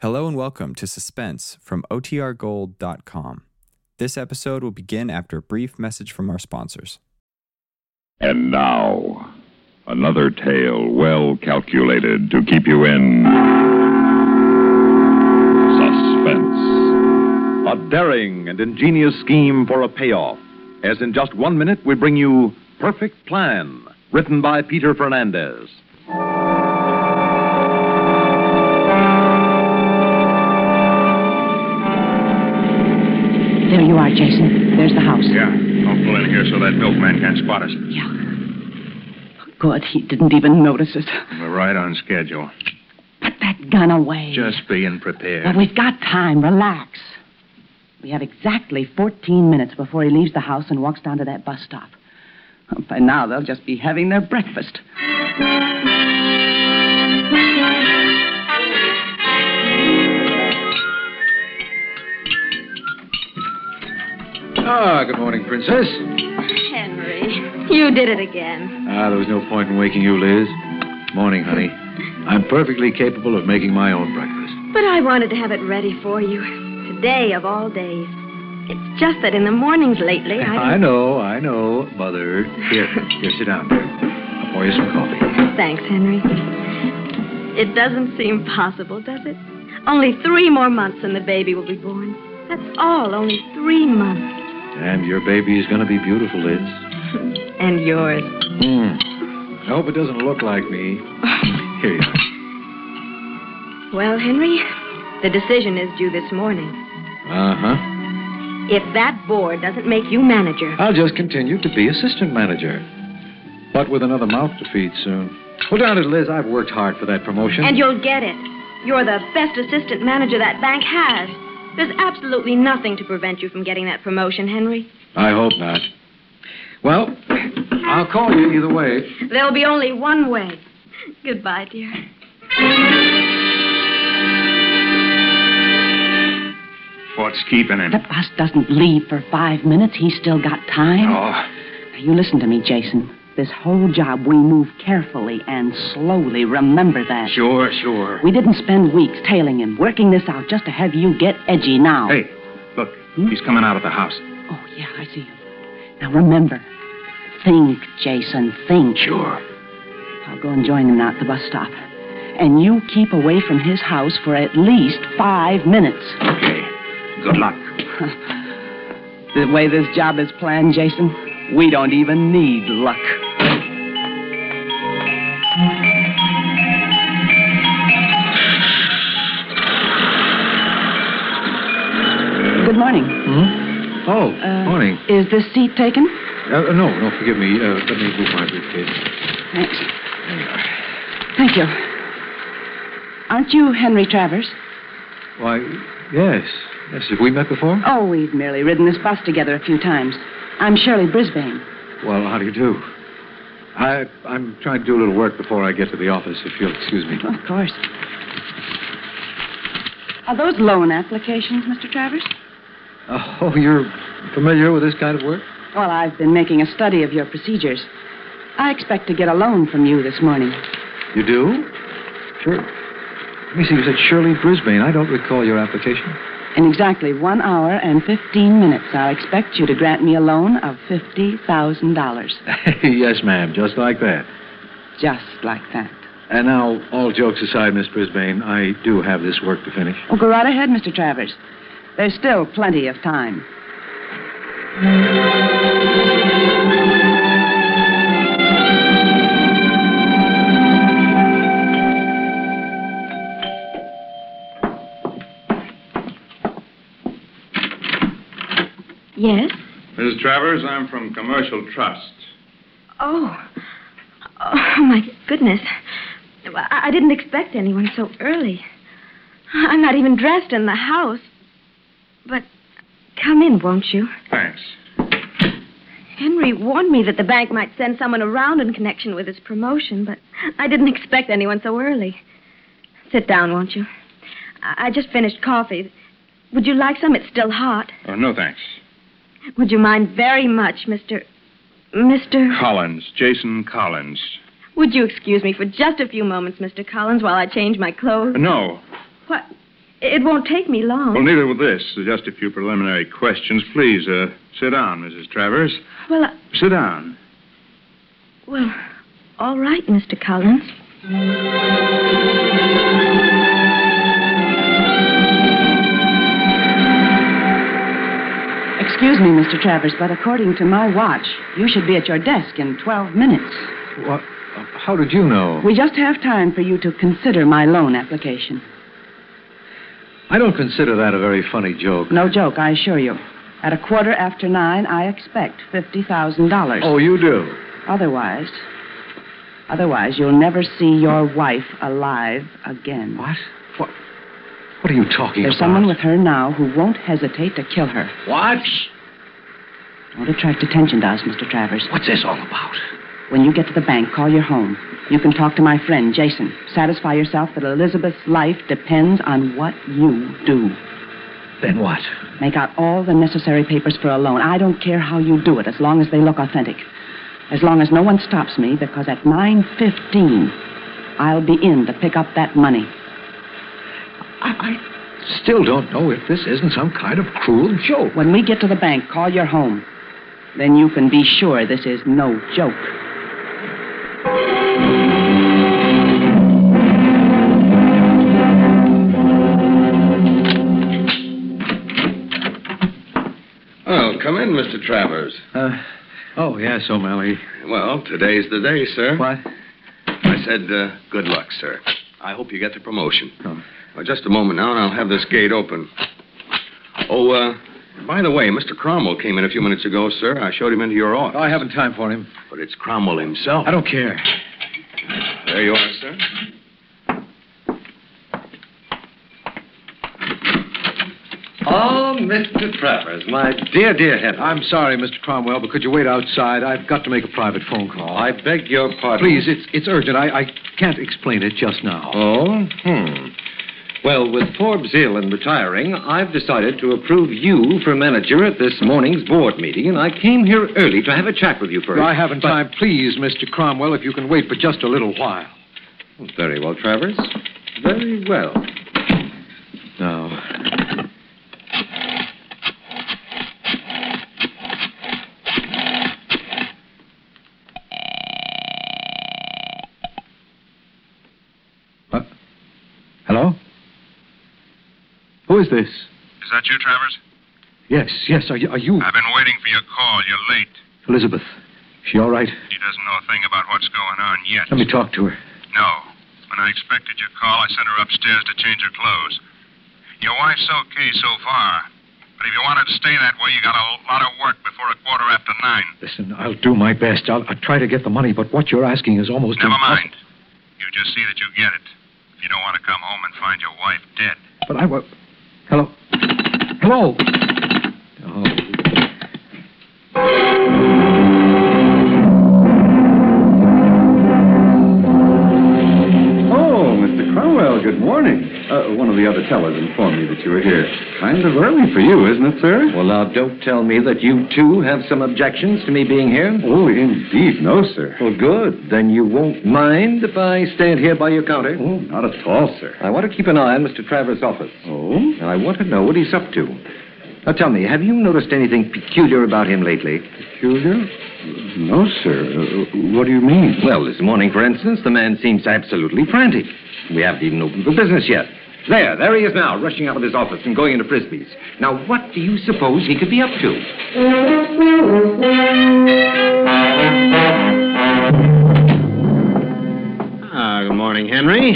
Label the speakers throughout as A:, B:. A: Hello and welcome to Suspense from OTRGold.com. This episode will begin after a brief message from our sponsors.
B: And now, another tale well calculated to keep you in suspense.
C: A daring and ingenious scheme for a payoff, as in just one minute we bring you Perfect Plan, written by Peter Fernandez.
D: There you are, Jason. There's the house.
E: Yeah, don't go in here so that milkman can't spot us.
D: Good, he didn't even notice us.
E: We're right on schedule.
D: Put that gun away.
E: Just being
D: Well,
E: prepared.
D: we've got time. Relax. We have exactly 14 minutes before he leaves the house and walks down to that bus stop. By now, they'll just be having their breakfast.
F: Ah, good morning, Princess.
G: Henry, you did it again.
F: Ah, there was no point in waking you, Liz. Morning, honey. I'm perfectly capable of making my own breakfast.
G: But I wanted to have it ready for you. Today, of all days. It's just that in the mornings lately, I.
F: know, I know, Mother. Here, here, sit down. I'll pour you some coffee.
G: Thanks, Henry. It doesn't seem possible, does it? Only three more months and the baby will be born. That's all, only three months.
F: And your baby is going to be beautiful, Liz. Hmm.
G: And yours.
F: I hope it doesn't look like me. Here you are.
G: Well, Henry, the decision is due this morning.
F: Uh
G: If that board doesn't make you manager,
F: huh. I'll just continue to be assistant manager. But with another mouth to feed soon. Well, darn it, Liz, I've worked hard for that promotion.
G: and you'll get it. You're the best assistant manager that bank has. There's absolutely nothing to prevent you from getting that promotion, Henry.
F: I hope not. Well, I'll call you either way.
G: There'll be only one way. Goodbye, dear.
E: What's keeping him?
D: The bus doesn't leave for five minutes. He's still got time.
E: Oh,
D: Now, You listen to me, Jason. This whole job, we move carefully and slowly. Remember that.
E: sure, sure.
D: We didn't spend weeks tailing him, working this out just to have you get edgy now.
E: Hey, look, he's coming out of the house.
D: Oh, yeah, I see him. Now remember, think, Jason, think.
E: Sure.
D: I'll go and join him now at the bus stop. And you keep away from his house for at least five minutes.
E: Okay. Good luck.
D: The way this job is planned, Jason, we don't even need luck. Good morning.
F: Hmm? Oh,
D: Uh,
F: morning.
D: Is this seat taken?
F: Uh, no, no, forgive me. Uh, let me move my briefcase.
D: Thanks. Thank you. Aren't you Henry Travers?
F: Why, yes. Yes, have we met before?
D: Oh, we've merely ridden this bus together a few times. I'm Shirley Brisbane.
F: Well, how do you do? I, I'm trying to do a little work before I get to the office, if you'll excuse me.
D: Of course. Are those loan applications, Mr. Travers?
F: Oh, you're familiar with this kind of work?
D: Well, I've been making a study of your procedures. I expect to get a loan from you this morning.
F: You do? Sure. Let me see, you said Shirley Brisbane. I don't recall your application.
D: In exactly one hour and 15 minutes, I'll expect you to grant me a loan of $50,000.
F: yes, ma'am, just like that.
D: Just like that.
F: And now, all jokes aside, Miss Brisbane, I do have this work to finish.
D: Oh, go right ahead, Mr. Travers. There's still plenty of time.
G: Yes?
E: Mrs. Travers, I'm from Commercial Trust.
G: Oh. Oh, my goodness. Well, I I didn't expect anyone so early. I- I'm not even dressed in the house. But come in, won't you?
E: Thanks.
G: Henry warned me that the bank might send someone around in connection with his promotion, but I didn't expect anyone so early. Sit down, won't you? I, I just finished coffee. Would you like some? It's still hot.
H: Uh,
E: Oh, no thanks.
G: Would you mind very much, Mr. Mr.
E: Collins, Jason Collins.
G: Would you excuse me for just a few moments, Mr. Collins, while I change my clothes?
E: No,
G: What? It won't take me long.
H: Uh, Well, neither will this. Just a few preliminary questions. Please, uh, sit down, Mrs. Travers.
G: Well, I-
H: Sit down.
G: well, all right, Mr. Collins.
D: Excuse me, Mr. Travers, but according to my watch, you should be at your desk in 12 minutes.
I: What? How did you know?
D: We just have time for you to consider my loan application.
I: I don't consider that a very funny joke.
D: No joke, I assure you. At a quarter after nine, I expect $50,000.
I: Oh, you do?
D: Otherwise, otherwise, you'll never see your wife alive again.
I: What? What? What are you talking
D: There's
I: about?
D: someone with her now who won't hesitate to kill her.
I: What?
D: Don't attract attention to us, Mr. Travers.
I: What's this all about?
D: When you get to the bank, call your home. You can talk to my friend, Jason. Satisfy yourself that Elizabeth's life depends on what you do.
I: Then what?
D: Make out all the necessary papers for a loan. I don't care how you do it, as long as they look authentic. As long as no one stops me, because at 9.15, I'll be in to pick up that money.
I: I, I still don't know if this isn't some kind of cruel joke.
D: When we get to the bank, call your home. Then you can be sure this is no joke.
F: Oh, come in, Mr. Travers.
I: Uh, oh, yes, O'Malley.
F: Well, today's the day, sir.
I: What?
F: I said, uh, good luck, sir. I hope you get the promotion.
I: Oh.
F: Well, just a moment now, and I'll have this gate open. Oh, uh, by the way, Mr. Cromwell came in a few minutes ago, sir. I showed him into your office.
I: Oh, I haven't time for him.
F: But it's Cromwell himself.
I: I don't care.
F: There you are, sir. Oh, Mr. Travers, my dear, dear Henry.
I: I'm sorry, Mr. Cromwell, but could you wait outside? I've got to make a private phone call.
F: Oh, I beg your pardon.
I: Please, it's it's urgent. I, I can't explain it just now.
F: Oh, hmm. Well, with Forbes ill and retiring, I've decided to approve you for manager at this morning's board meeting, and I came here early to have a chat with you first.
I: I haven't time. Please, Mr. Cromwell, if you can wait for just a little while.
F: Very well, Travers. Very well.
I: No. Uh, hello? Who is this?
H: Is that you, Travers?
I: Yes, yes, are you, are you
H: I've been waiting for your call. You're late.
I: Elizabeth? She all right?
H: She doesn't know a thing about what's going on yet.
I: Let me talk to her.
H: No. When I expected your call, I sent her upstairs to change her clothes. Your wife's okay so far. But if you want her to stay that way, you got a lot of work before a quarter after nine.
I: Listen, I'll do my best. I'll, I'll try to get the money, but what you're asking is almost
H: Never
I: impossible.
H: mind. You just see that you get it. If you don't want to come home and find your wife dead.
I: But I was. Hello. Hello. Oh.
F: Oh, Mr. Cromwell, good morning. Uh, one of the other tellers informed me that you were here. Kind of early for you, isn't it, sir? Well, now, don't tell me that you, too, have some objections to me being here. Oh, indeed, no, sir. Well, good. Then you won't mind if I stand here by your counter? Oh, not at all, sir. I want to keep an eye on Mr. Travers' office. Oh? And I want to know what he's up to. Now, tell me, have you noticed anything peculiar about him lately? Peculiar? No, sir. what do you mean? Well, this morning, for instance, the man seems absolutely frantic. We haven't even opened for business yet. There, there he is now, rushing out of his office and going into Frisbee's. Now, what do you suppose he could be up to?
J: Ah, good morning, Henry.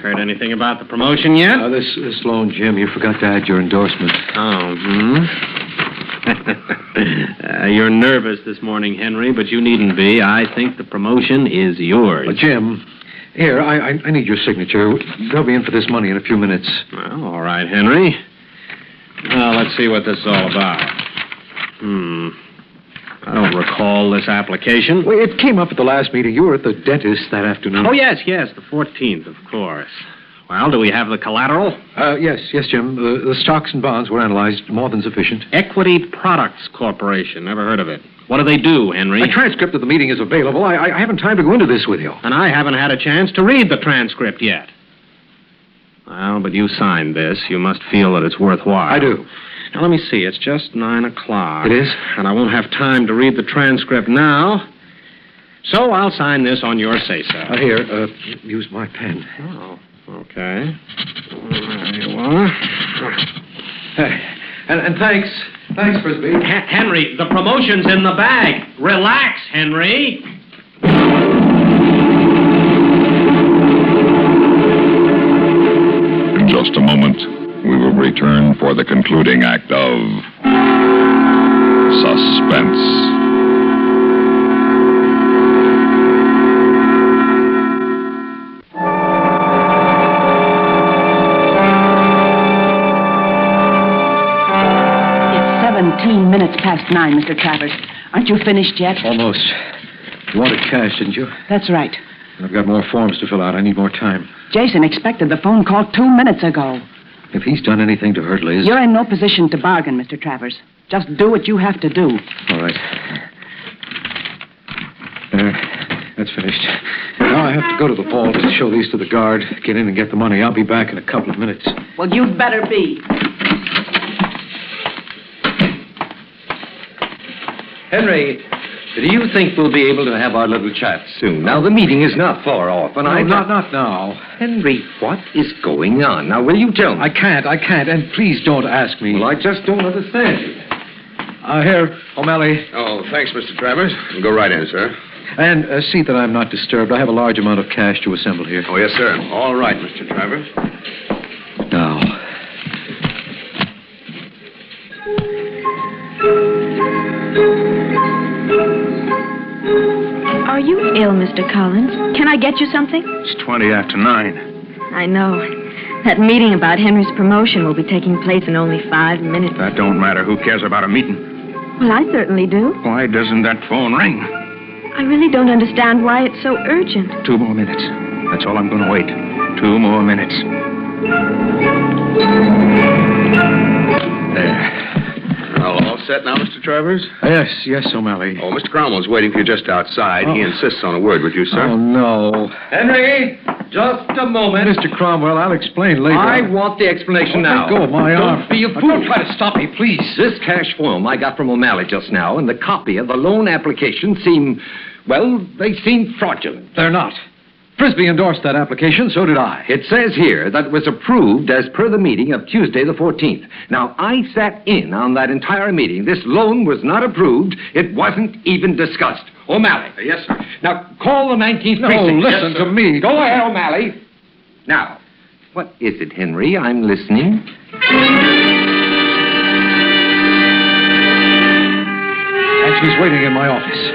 J: Heard anything about the promotion yet?
I: Uh, this, this loan, Jim, you forgot to add your endorsement.
J: oh, hmm. uh, you're nervous this morning, Henry, but you needn't be. I think the promotion is yours.
I: Uh, Jim, here, I, I, I need your signature. They'll be in for this money in a few minutes.
J: Well, all right, Henry. Now, let's see what this is all about. Hmm. I don't recall this application.
I: Well, it came up at the last meeting. You were at the dentist that afternoon.
J: Oh, yes, yes, the 14th, of course. Well, do we have the collateral?
I: Uh, yes, yes, Jim. The, the stocks and bonds were analyzed, more than sufficient.
J: Equity Products Corporation. Never heard of it. What do they do, Henry?
I: A transcript of the meeting is available. I, I, I haven't time to go into this with you.
J: And I haven't had a chance to read the transcript yet.
K: Well, but you signed this. You must feel that it's worthwhile.
L: I do.
K: Now, let me see. It's just 9 o'clock.
L: It is?
K: And I won't have time to read the transcript now. So I'll sign this on your say so.
L: Uh, here, uh, use my pen.
K: Oh, okay. There you are.
L: And, and thanks. Thanks, Frisbee.
K: H- Henry, the promotion's in the bag. Relax, Henry.
M: In just a moment, we will return for the concluding act of Suspense.
D: It's 17 minutes past nine, Mr. Travers. Aren't you finished yet?
L: Almost. You wanted cash, didn't you?
D: That's right.
L: I've got more forms to fill out. I need more time.
D: Jason expected the phone call two minutes ago.
L: If he's done anything to hurt Liz.
D: You're in no position to bargain, Mr. Travers. Just do what you have to do.
L: All right. There. That's finished. Now I have to go to the vault and show these to the guard. Get in and get the money. I'll be back in a couple of minutes.
D: Well, you'd better be.
F: Henry, do you think we'll be able to have our little chat soon? Now, the meeting is not far off, and
L: No,
F: I...
L: not, not now.
F: Henry, what is going on? Now, will you tell me?
L: I can't. I can't. And please don't ask me.
F: Well, I just don't understand you.
L: Uh, here, O'Malley,
J: Oh, thanks, Mr. Travers. Go right in, sir.
L: and uh, see that I'm not disturbed. I have a large amount of cash to assemble here.
J: Oh, yes, sir. All right, Mr. Travers.
L: Now.
N: Are you ill, Mr. Collins? Can I get you something?
C: It's 20 after 9.
N: I know. That meeting about Henry's promotion will be taking place in only five minutes.
C: That don't matter. Who cares about a meeting?
N: Well, I certainly do.
C: Why doesn't that phone ring?
N: I really don't understand why it's so urgent.
C: Two more minutes. That's all I'm going to wait. Two more minutes.
J: Well, all set now, Mr. Travers?
L: Yes, yes, O'Malley.
J: Oh, Mr. Cromwell's waiting for you just outside. He
L: Oh.
J: insists on a word with you, sir.
L: Oh, no.
F: Henry, just a moment.
L: Mr. Cromwell, I'll explain later.
F: I want the explanation
L: Oh,
F: now.
L: let go of my
F: Don't
L: arm.
F: be a fool. Don't try to stop me, please. This cash form I got from O'Malley just now and the copy of the loan application seem, well, they seem fraudulent.
L: They're not. Frisbee endorsed that application, so did I.
F: It says here that it was approved as per the meeting of Tuesday the 14th. Now, I sat in on that entire meeting. This loan was not approved. It wasn't even discussed. O'Malley. Yes, sir. Now, call the 19th
L: No,
F: precinct.
L: listen to me.
F: Go ahead, O'Malley. Now, what is it, Henry? I'm listening.
L: And she's waiting in my office.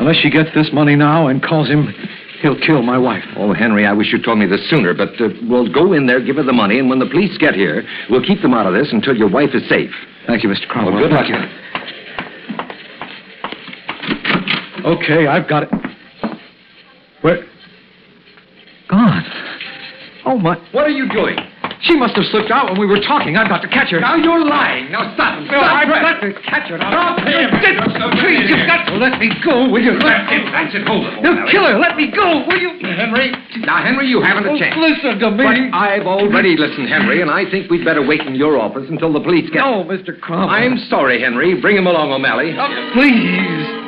L: Unless she gets this money now and calls him, he'll kill my wife.
F: Oh, Henry, I wish you'd told me this sooner, but uh, we'll go in there, give her the money, and when the police get here, we'll keep them out of this until your wife is safe.
L: Thank you, Mr. Cromwell.
F: Well, good luck.
L: Okay, I've got it. Where? Gone. Oh, my.
F: What are you doing?
L: She must have slipped out when we were talking. I've got to catch her.
F: Now you're lying. Now stop.
L: No,
F: stop.
L: I've got to catch her. Now.
F: Stop him.
L: Please, you've got to let me go, will you? Let me
F: That's it. Hold it.
L: No, kill her. Let me go, will you?
F: Henry. Now, Henry, you haven't
L: Oh,
F: a chance.
L: listen to me.
F: But I've already listened, Henry, and I think we'd better wait in your office until the police get.
L: No, Mr. Cromwell.
F: I'm sorry, Henry. Bring him along, O'Malley.
L: Oh, please.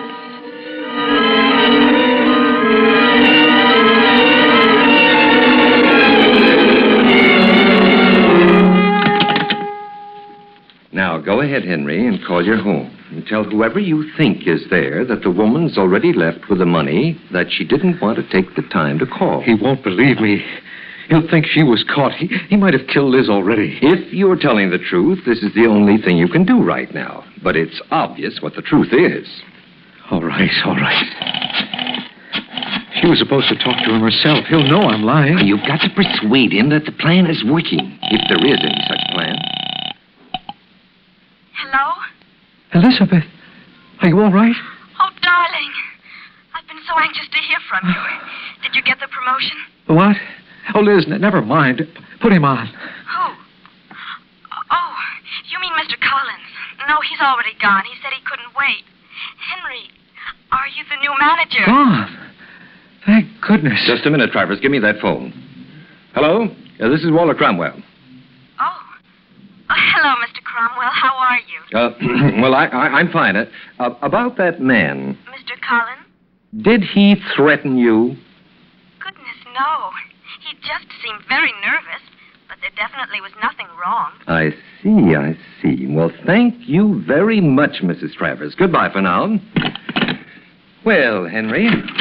F: Now, go ahead, Henry, and call your home. And tell whoever you think is there that the woman's already left with the money that she didn't want to take the time to call.
L: He won't believe me. He'll think she was caught. He, he might have killed Liz already.
F: If you're telling the truth, this is the only thing you can do right now. But it's obvious what the truth is.
L: All right, all right. She was supposed to talk to him herself. He'll know I'm lying.
F: Now, You've got to persuade him that the plan is working, if there is any such plan.
G: Hello?
L: Elizabeth, are you all right?
G: Oh, darling. I've been so anxious to hear from you. Did you get the promotion?
L: What? Oh, Liz, n- never mind. Put him on.
G: Who? Oh, you mean Mr. Collins. No, he's already gone. He said he couldn't wait. Henry, are you the new manager?
L: Gone. Thank goodness.
F: Just a minute, Travers. Give me that phone. Hello? Uh, this is Walter Cromwell.
G: Oh. oh. Hello, Mr. Cromwell. How are you?
F: Uh, well, I, I, I'm fine. Uh, uh, about that man,
G: Mr. Collins?
F: did he threaten you?
G: Goodness, no. He just seemed very nervous, but there definitely was nothing wrong.
F: I see, I see. Well, thank you very much, Mrs. Travers. Goodbye for now. Well, Henry. Ah,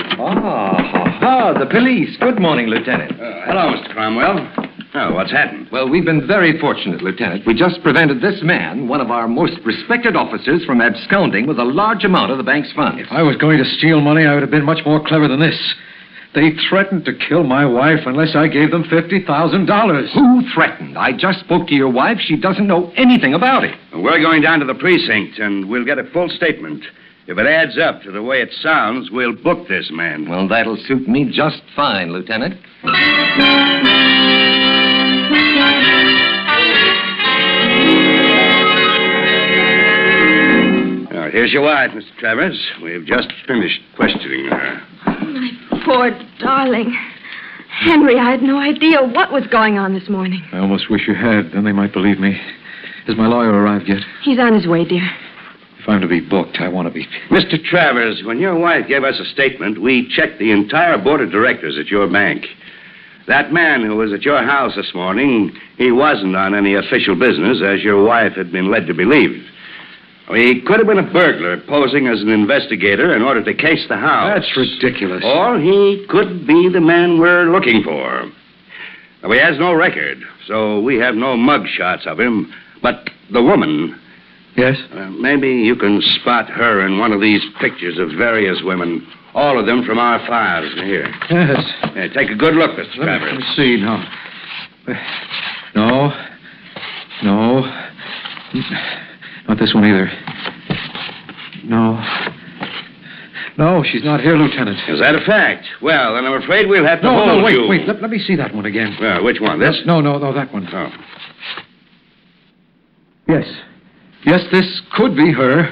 F: ha, ha, the police. Good morning,
O: Oh.
F: Lieutenant.
J: Uh,
H: hello, Mr. Cromwell. Oh, what's happened?
F: Well, we've been very fortunate, Lieutenant. We just prevented this man, one of our most respected officers, from absconding with a large amount of the bank's funds.
O: If I was going to steal money, I would have been much more clever than this. They threatened to kill my wife unless I gave them $50,000.
F: Who threatened? I just spoke to your wife. She doesn't know anything about it.
J: We're going down to the precinct, and we'll get a full statement. If it adds up to the way it sounds, we'll book this man.
F: Well, that'll suit me just fine, Lieutenant.
J: Now, here's your wife, Mr. Travers. We've just finished questioning her.
P: Poor darling. Henry, I had no idea what was going on this morning.
O: I almost wish you had. Then they might believe me. Has my lawyer arrived yet?
P: He's on his way, dear.
O: If I'm to be booked, I want to be.
J: Mr. Travers, when your wife gave us a statement, we checked the entire board of directors at your bank. That man who was at your house this morning, he wasn't on any official business, as your wife had been led to believe. He could have been a burglar posing as an investigator in order to case the house.
O: That's ridiculous.
J: Or he could be the man we're looking for. Now, He has no record, so we have no mug shots of him. But the woman.
O: Yes?
J: Uh, maybe you can spot her in one of these pictures of various women. All of them from our files here.
O: Yes.
J: Hey, take a good look, Mr.
O: Let
J: Travers.
O: me see now. No. No. Not this one either. No. No, she's not here, Lieutenant.
J: Is that a fact? Well, then I'm afraid we'll have to
O: No,
J: hold
O: no, wait,
J: you.
O: wait. Let, let me see that one again.
J: Well, which one? This?
O: No, no, no, that one.
J: Oh.
O: Yes. Yes, this could be her.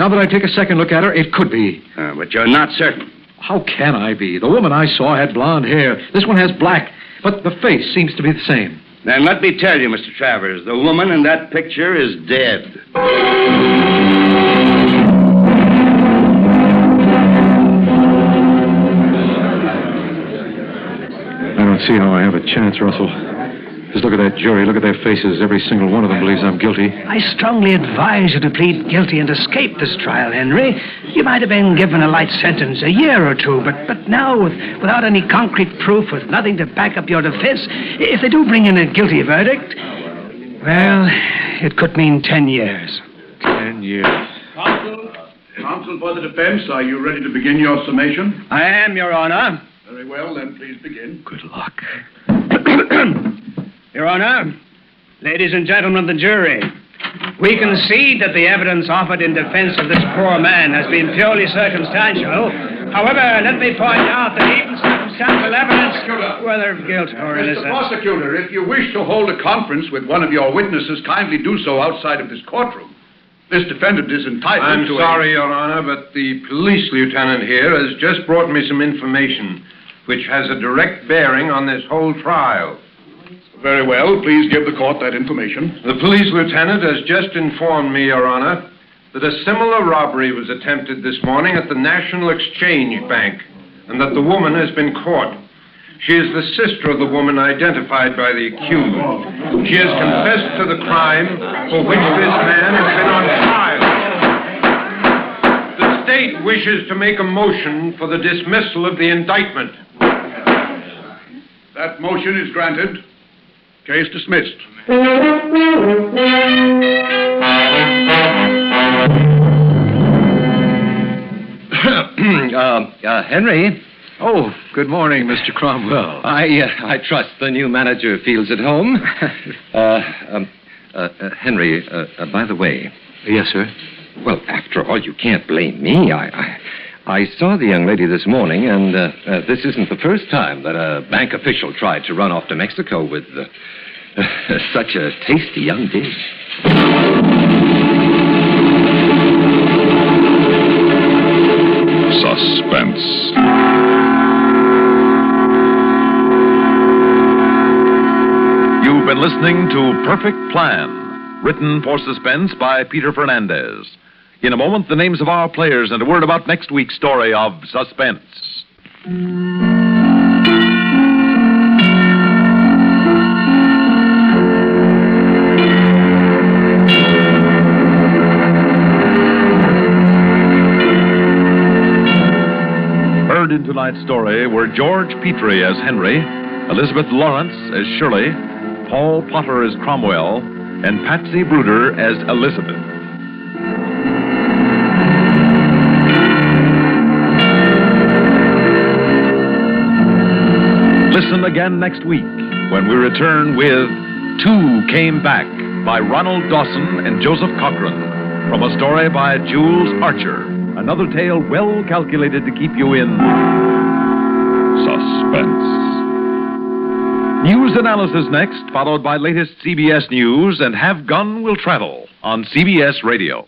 O: Now that I take a second look at her, it could be.
J: Uh, but you're not certain.
O: How can I be? The woman I saw had blonde hair. This one has black, but the face seems to be the same.
J: Then let me tell you, Mr. Travers, the woman in that picture is dead.
O: I don't see how I have a chance, Russell. Just look at that jury. Look at their faces. Every single one of them believes I'm guilty.
D: I strongly advise you to plead guilty and escape this trial, Henry. You might have been given a light sentence, a year or two, but, but now, with, without any concrete proof, with nothing to back up your defense, if they do bring in a guilty verdict, well, it could mean ten years.
O: Ten years.
Q: Counsel, counsel for the defense, are you ready to begin your summation?
D: I am, Your Honor.
Q: Very well, then please begin. Good luck.
D: Your Honor, ladies and gentlemen of the jury, we concede that the evidence offered in defense of this poor man has been purely circumstantial. However, let me point out that even circumstantial evidence, whether of guilt or
Q: Mr.
D: innocence.
Q: Prosecutor, if you wish to hold a conference with one of your witnesses, kindly do so outside of this courtroom. This defendant is entitled
H: I'm
Q: to a-
H: sorry, Your Honor, but the police lieutenant here has just brought me some information which has a direct bearing on this whole trial.
Q: Very well, please give the court that information.
H: The police lieutenant has just informed me, Your Honor, that a similar robbery was attempted this morning at the National Exchange Bank, and that the woman has been caught. She is the sister of the woman identified by the accused. She has confessed to the crime for which this man has been on trial. The state wishes to make a motion for the dismissal of the indictment.
Q: That motion is granted. Case dismissed.
F: uh, uh, Henry.
O: Oh, good morning, Mr. Cromwell.
F: I, uh, I trust the new manager feels at home. uh, um, uh, uh, Henry, uh, uh, by the way.
O: Yes, sir.
F: Well, after all, you can't blame me. I, I, I saw the young lady this morning, and uh, uh, this isn't the first time that a bank official tried to run off to Mexico with uh, such a tasty young dish.
C: Suspense. been listening to Perfect Plan, written for suspense by Peter Fernandez. In a moment, the names of our players and a word about next week's story of suspense. Heard in tonight's story were George Petrie as Henry, Elizabeth Lawrence as Shirley, Paul Plotter as Cromwell, and Patsy Bruder as Elizabeth. Listen again next week when we return with Two Came Back by Ronald Dawson and Joseph Cochran from a story by Jules Archer. Another tale well calculated to keep you in suspense. News analysis next, followed by latest CBS news, and Have Gun Will Travel on CBS Radio.